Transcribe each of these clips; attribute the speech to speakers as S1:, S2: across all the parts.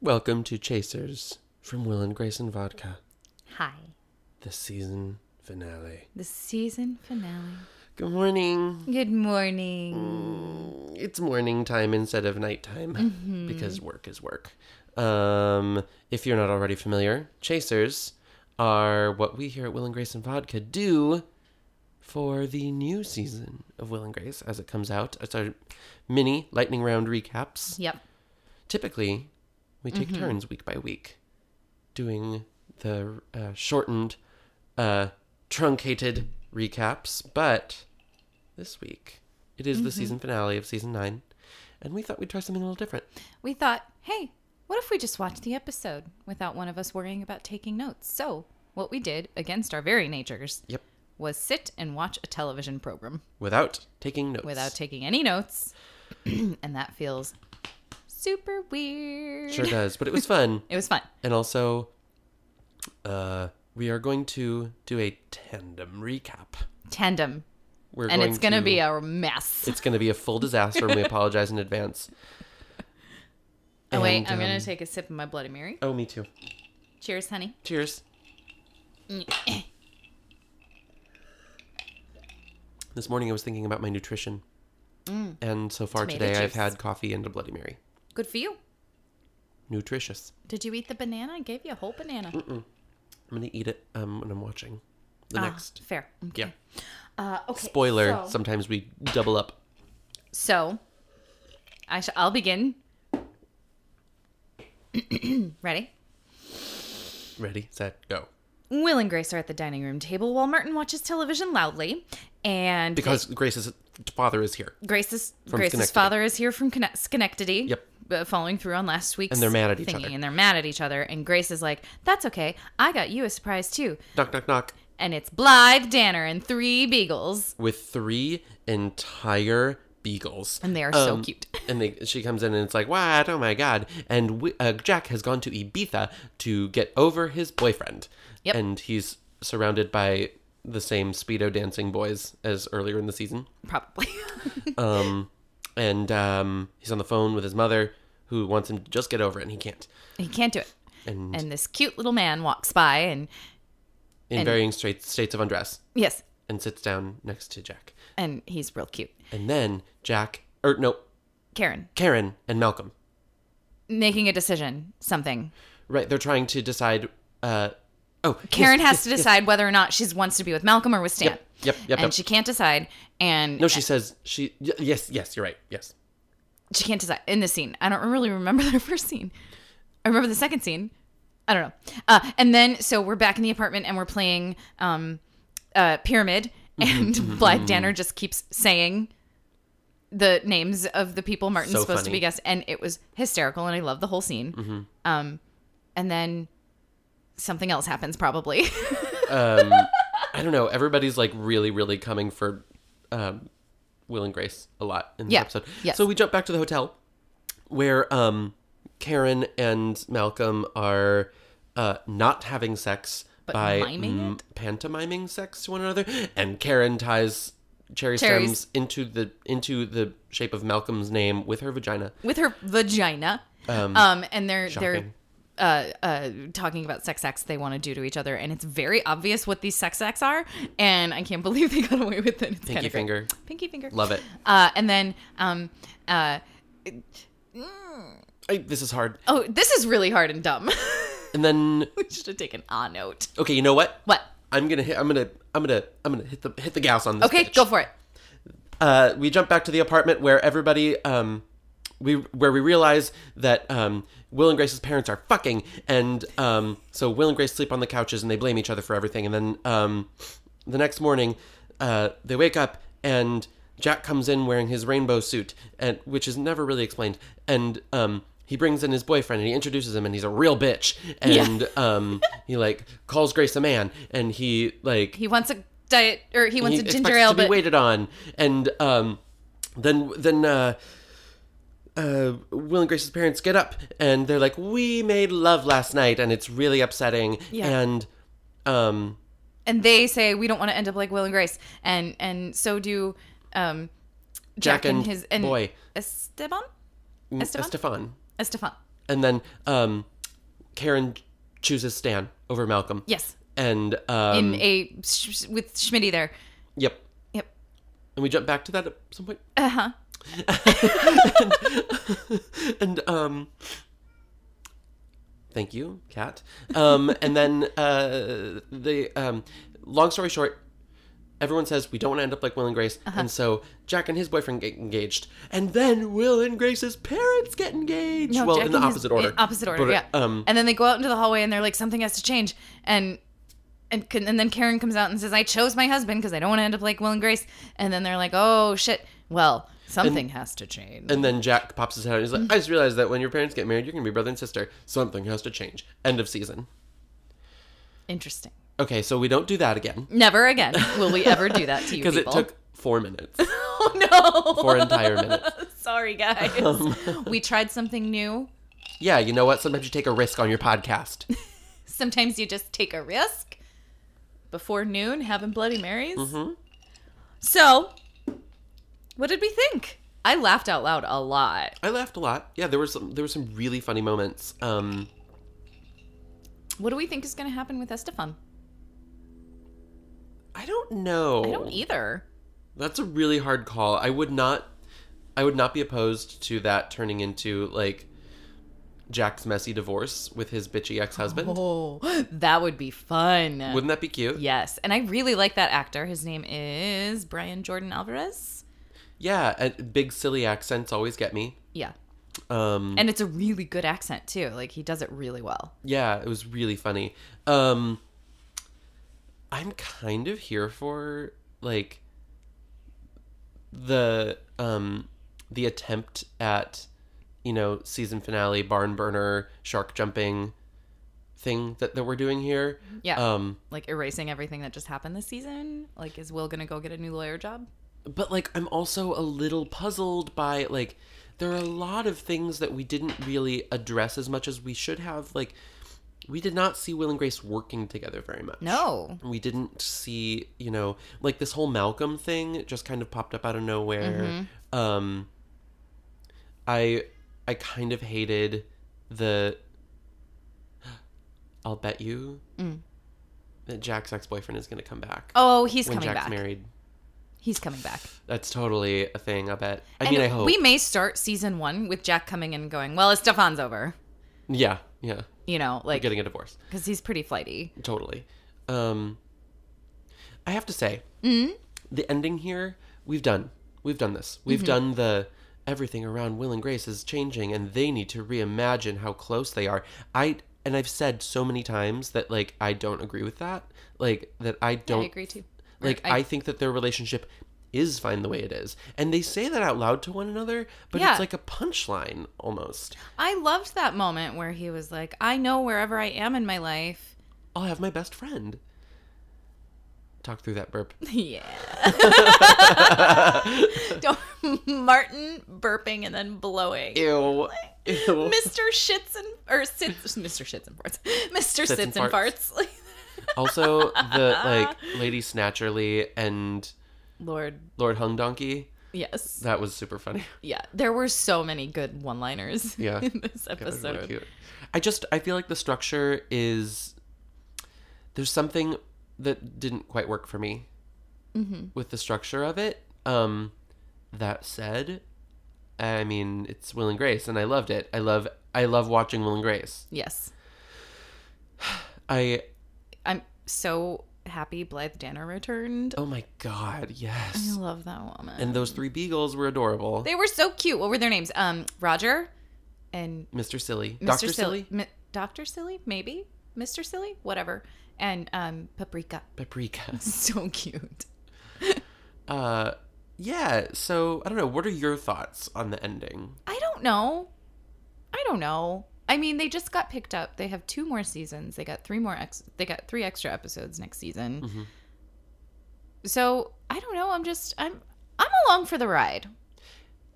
S1: Welcome to Chasers from Will and Grace and Vodka,
S2: Hi.
S1: the season finale.
S2: The season finale.
S1: Good morning.
S2: Good morning.
S1: Mm, It's morning time instead of nighttime because work is work. Um, if you're not already familiar, Chasers are what we here at Will and Grace and Vodka do for the new season of Will and Grace as it comes out. It's our mini lightning round recaps.
S2: Yep.
S1: typically we take
S2: Mm-hmm.
S1: turns week by week doing the uh, shortened uh, truncated recaps but this week it is the
S2: Mm-hmm.
S1: season finale of season 9 and we thought we'd try something a little different
S2: We thought, hey, what if we just watched the episode without one of us worrying about taking notes? So, what we did, against our very natures,
S1: yep
S2: was sit and watch a television program
S1: without taking notes
S2: without taking any notes. and that feels super weird.
S1: sure does but it was fun
S2: It was fun.
S1: and also uh, we are going to do a tandem recap
S2: Tandem.
S1: we're
S2: And it's going to
S1: to
S2: be a mess.
S1: it's gonna be a full disaster and we apologize in advance
S2: Oh, wait,
S1: And,
S2: I'm going
S1: um,
S2: to take a sip of my Bloody Mary.
S1: oh me too
S2: Cheers, honey.
S1: Cheers. this morning I was thinking about my nutrition. And so far
S2: Mm. Tomato
S1: today I've
S2: juice.
S1: had coffee and a Bloody Mary.
S2: Good for you.
S1: Nutritious.
S2: Did you eat the banana? I gave you a whole banana.
S1: I'm going to eat it um, when I'm watching the
S2: Ah,
S1: next.
S2: Fair.
S1: Yeah.
S2: Uh, okay.
S1: Spoiler,
S2: So,
S1: sometimes we double up.
S2: so I sh- I'll begin. Ready?
S1: Ready, set, go.
S2: Will and Grace are at the dining room table while Martin watches television loudly, and
S1: Because Grace's father is here.
S2: Grace's Grace's
S1: Schenectady.
S2: father is here from Conne- Schenectady.
S1: Yep.
S2: uh, Following through on last week's
S1: And they're mad at each other.
S2: and they're mad at each other. And Grace is like, "That's okay. I got you a surprise too."
S1: Knock, knock, knock.
S2: And it's Blythe Danner and three beagles,
S1: With three entire beagles.
S2: and they are so
S1: Um,
S2: cute.
S1: and they, she comes in and it's like, what? Oh my god! And we, uh, Jack has gone to Ibiza to get over his boyfriend.
S2: Yep.
S1: And he's surrounded by the same speedo dancing boys as earlier in the season.
S2: Probably.
S1: Um, and um, he's on the phone with his mother, who wants him to just get over it, and he can't.
S2: he can't do it.
S1: And,
S2: and this cute little man walks by and
S1: in varying states states of undress,
S2: yes
S1: and sits down next to Jack.
S2: and he's real cute
S1: And then Jack, or no,
S2: karen
S1: Karen and Malcolm.
S2: making a decision something
S1: Right, they're trying to decide. Uh, oh, yes,
S2: karen
S1: yes,
S2: has to decide whether or not she wants to be with malcolm or with stan
S1: Yep, yep, yep.
S2: and
S1: yep.
S2: she can't decide and
S1: No, she says she. y- Yes, yes, you're right. Yes,
S2: she can't decide in this scene i don't really remember the first scene i remember the second scene i don't know uh, and then so we're back in the apartment and we're playing um, uh, pyramid
S1: Mm-hmm,
S2: and blythe danner just keeps saying the names of the people martin's
S1: So
S2: supposed to
S1: funny. Mm-hmm.
S2: be guest and it was hysterical and i love the whole scene um, and then something else happens probably
S1: I don't know. Everybody's like really, really coming for um, Will and Grace a lot in this
S2: Yeah,
S1: episode.
S2: yes.
S1: So we jump back to the hotel where um, Karen and Malcolm are uh, not having sex
S2: But
S1: by
S2: miming it?
S1: pantomiming sex to one another, and Karen ties cherry
S2: Cherries.
S1: stems into the into the shape of Malcolm's name with her vagina.
S2: with her vagina
S1: Um,
S2: um, and they're
S1: shocking.
S2: they're uh, uh, talking about sex acts they want to do to each other, and it's very obvious what these sex acts are, and I can't believe they got away with it. It's
S1: Pinky
S2: kinda great.
S1: finger,
S2: pinky finger,
S1: love it.
S2: Uh, and then, um, uh,
S1: I, this is hard.
S2: oh, this is really hard and dumb.
S1: And then
S2: we should have taken a note.
S1: okay, you know what?
S2: What?
S1: I'm gonna hit. I'm gonna. I'm gonna. I'm gonna hit the hit the gas on this.
S2: Okay,
S1: bitch.
S2: go for it.
S1: Uh, we jump back to the apartment where everybody. Um, we where we realize that um, Will and Grace's parents are fucking, and um, so Will and Grace sleep on the couches and they blame each other for everything. And then um, the next morning, uh, they wake up and Jack comes in wearing his rainbow suit, and which is never really explained. And um, he brings in his boyfriend and he introduces him, and he's a real bitch. And um, he like calls Grace a man, and he like
S2: He wants a diet, or he wants
S1: he
S2: a
S1: expects
S2: ginger ale,
S1: to be
S2: but
S1: waited on, and um, then then uh, uh, Will and Grace's parents get up and they're like, "We made love last night, and it's really upsetting."
S2: Yeah.
S1: And um,
S2: and they say we don't want to end up like Will and Grace, and and so do, um,
S1: Jack,
S2: Jack, and,
S1: and
S2: his and
S1: boy.
S2: Esteban,
S1: N-
S2: Estefan?
S1: Estefan
S2: Estefan.
S1: and then um, Karen chooses Stan over Malcolm.
S2: Yes.
S1: And um,
S2: In a sh- with Schmitty there.
S1: yep.
S2: Yep.
S1: And we jump back to that at some point.
S2: Uh huh.
S1: and um thank you cat um and then uh the um long story short everyone says we don't want to end up like will and grace
S2: Uh-huh.
S1: and so jack and his boyfriend get engaged and then will and grace's parents get engaged well in the opposite order
S2: opposite order.
S1: But,
S2: yeah.
S1: um
S2: and then they go out into the hallway and they're like, something has to change. And and can- and then Karen comes out and says, I chose my husband because I don't want to end up like Will and Grace. And then they're like, oh shit. Well, something has to change.
S1: and then Jack pops his head and he's
S2: Mm.
S1: like, I just realized that when your parents get married, you're going to be brother and sister. Something has to change. End of season.
S2: Interesting.
S1: Okay, so we don't do that again
S2: Never again will we ever do that to you
S1: because it
S2: people.
S1: took four minutes.
S2: oh no.
S1: Four entire Um, minutes.
S2: Sorry guys. we tried something new.
S1: Yeah, you know what? Sometimes you take a risk on your podcast.
S2: Sometimes you just take a risk before noon having Bloody Marys. So, what did we think? I laughed out loud a lot.
S1: I laughed a lot. Yeah, there were some there were some really funny moments. Um
S2: What do we think is going to happen with Estefan?
S1: I don't know.
S2: I don't either.
S1: That's a really hard call. I would not I would not be opposed to that turning into like Jack's messy divorce with his bitchy ex-husband.
S2: Oh, that would be fun.
S1: Wouldn't that be cute?
S2: yes, and I really like that actor. His name is Brian Jordan Alvarez.
S1: Yeah, and big silly accents always get me.
S2: Yeah.
S1: Um
S2: And it's a really good accent too. Like he does it really well.
S1: yeah, it was really funny. Um I'm kind of here for like the um the attempt at you know season finale barn burner shark jumping thing that, that we're doing here
S2: Yeah.
S1: um
S2: like erasing everything that just happened this season. Like is Will going to go get a new lawyer job?
S1: but like i'm also a little puzzled by like there are a lot of things that we didn't really address as much as we should have like we did not see will and grace working together very much
S2: No.
S1: we didn't see you know like this whole malcolm thing just kind of popped up out of nowhere
S2: Mm-hmm.
S1: um i i kind of hated the i'll bet you that jack's ex-boyfriend is going to come back
S2: Mm. Oh, he's
S1: when
S2: coming
S1: jack's
S2: back.
S1: married
S2: He's coming back.
S1: that's totally a thing i bet i
S2: And
S1: mean i hope
S2: we may start season one with Jack coming in and going, "Well, Estefan's over,"
S1: yeah yeah
S2: you know, like
S1: getting a divorce
S2: because he's pretty flighty.
S1: totally um i have to say
S2: Mm-hmm.
S1: the ending here we've done we've done this we've
S2: Mm-hmm.
S1: done the everything around will and grace is changing and they need to reimagine how close they are i and i've said so many times that like i don't agree with that like that i don't
S2: I agree too. Or
S1: like I, think that their relationship is fine the way it is and they say that out loud to one another but
S2: Yeah.
S1: it's like a punchline almost
S2: I loved that moment where he was like, "I know wherever I am in my life."
S1: i'll have my best friend talk through that burp
S2: yeah. Don't Martin burping and then blowing.
S1: ew ew
S2: Mr. Shits and or sits, Mr. Shits and farts. Mr.
S1: and
S2: Sits, and farts.
S1: also the like lady snatcherly and
S2: Lord,
S1: lord hung donkey
S2: yes,
S1: that was super funny
S2: yeah. There were so many good one-liners.
S1: Yeah.
S2: in this
S1: That was
S2: episode.
S1: really cute. i just i feel like the structure is there's something that didn't quite work for me with the structure of it um that said i mean it's will and grace and i loved it i love i love watching will and grace
S2: Yes.
S1: i
S2: I'm so happy Blythe Danner returned.
S1: oh my god
S2: I
S1: yes
S2: love that woman.
S1: and those three beagles were adorable
S2: they were so cute. What were their names? Um, Roger and
S1: mr silly
S2: Mr.
S1: dr
S2: Silly.
S1: silly
S2: Mi- Dr. Silly, maybe? Mr. Silly? Whatever. And um, Paprika.
S1: paprika
S2: So cute.
S1: uh yeah so i don't know what are your thoughts on the ending
S2: I don't know. I don't know. I mean, they just got picked up. They have two more seasons. They got three more ex. They got three extra episodes next season.
S1: Mhm.
S2: So I don't know. I'm just I'm I'm along for the ride.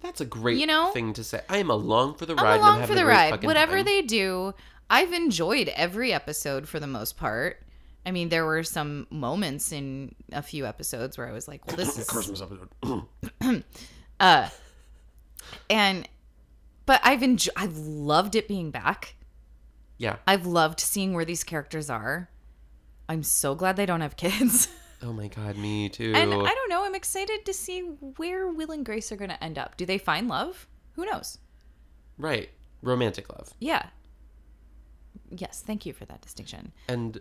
S1: that's a great
S2: You know?
S1: thing to say i am along for the
S2: I'm
S1: ride and
S2: along
S1: having
S2: for
S1: a
S2: the
S1: great
S2: ride.
S1: fucking
S2: Whatever
S1: time.
S2: they do, I've enjoyed every episode for the most part. I mean, there were some moments in a few episodes where I was like, "Well, this is
S1: Christmas episode.
S2: uh and But I've enjoyed. I've loved it being back.
S1: Yeah.
S2: I've loved seeing where these characters are. I'm so glad they don't have kids.
S1: Oh my god, me too.
S2: and I don't know. I'm excited to see where Will and Grace are going to end up. Do they find love? Who knows?
S1: right. Romantic love.
S2: Yeah. Yes. Thank you for that distinction.
S1: And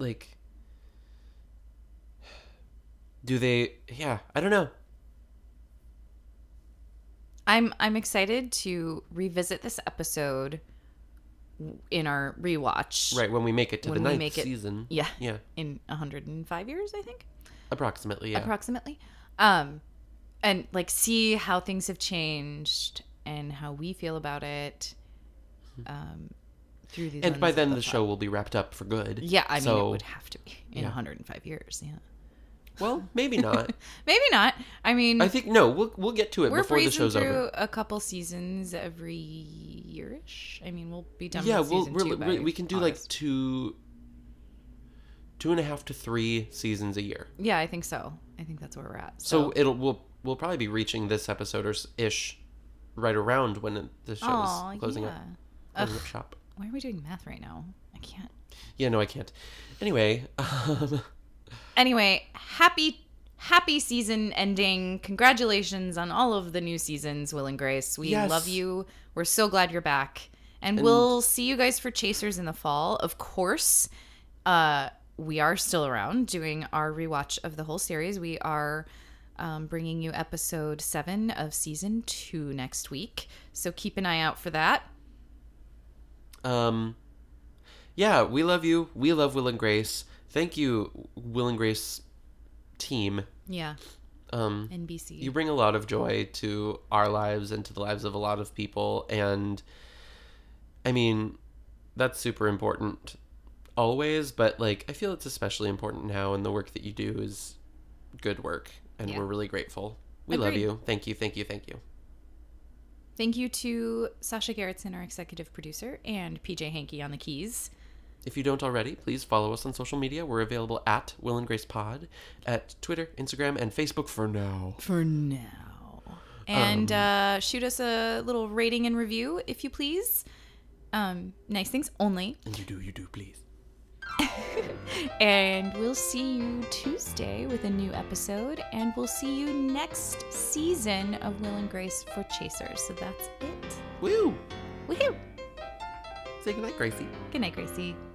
S1: like do they yeah, I don't know.
S2: I'm I'm excited to revisit this episode w- in our rewatch.
S1: Right, when we make it to
S2: When
S1: the
S2: we
S1: ninth
S2: make it-
S1: season.
S2: Yeah.
S1: Yeah.
S2: In 105 years, I think.
S1: Approximately, yeah.
S2: approximately um and like see how things have changed and how we feel about it um through these
S1: Hmm. and by
S2: lenses
S1: then
S2: of
S1: the show will be wrapped up for good.
S2: plot. yeah i mean
S1: So-
S2: it would have to be in
S1: yeah.
S2: 105 years yeah
S1: Well, maybe not.
S2: maybe not i mean
S1: I think no, we'll we'll get to it
S2: we're
S1: before the
S2: breezing
S1: show's
S2: through
S1: over.
S2: a couple seasons every yearish i mean we'll be done
S1: Yeah,
S2: with
S1: we'll
S2: season
S1: we're,
S2: two by
S1: we we can do like
S2: August.
S1: two two and a half to three seasons a year.
S2: yeah i think so i think that's where we're at
S1: So it'll we'll we'll probably be reaching this episode or s- ish, right around when it- the show
S2: Aw,
S1: is closing
S2: yeah.
S1: up closing
S2: Ugh.
S1: up shop.
S2: why are we doing math right now i can't
S1: Yeah, no, I can't. Anyway, um,
S2: anyway, happy happy season ending. Congratulations on all of the new seasons, Will and Grace. We
S1: Yes.
S2: love you. We're so glad you're back. And, we'll see you guys for Chasers in the fall. Of course, uh we are still around doing our rewatch of the whole series. We are um, bringing you episode seven of season two next week. So keep an eye out for that.
S1: um, yeah, we love you. We love Will and Grace. Thank you, Will and Grace team.
S2: Yeah,
S1: Um,
S2: NBC.
S1: you bring a lot of joy to our lives and to the lives of a lot of people, and I mean, that's super important always. But like, I feel it's especially important now, and the work that you do is good work, and
S2: Yeah.
S1: we're really grateful. We love
S2: Agreed.
S1: you. Thank you. Thank you. Thank you.
S2: Thank you to Sasha Gerritsen, our executive producer, and PJ Hankey on the keys.
S1: If you don't already, please follow us on social media. We're available at Will and Grace Pod at Twitter, Instagram, and Facebook for now.
S2: For now. And uh, shoot us a little rating and review, if you please. Um, nice things only.
S1: And you do, you do, please.
S2: And we'll see you Tuesday with a new episode. And we'll see you next season of Will and Grace for Chasers. So that's it.
S1: Woo!
S2: Woohoo!
S1: Say goodnight, Gracie.
S2: Good night, Gracie.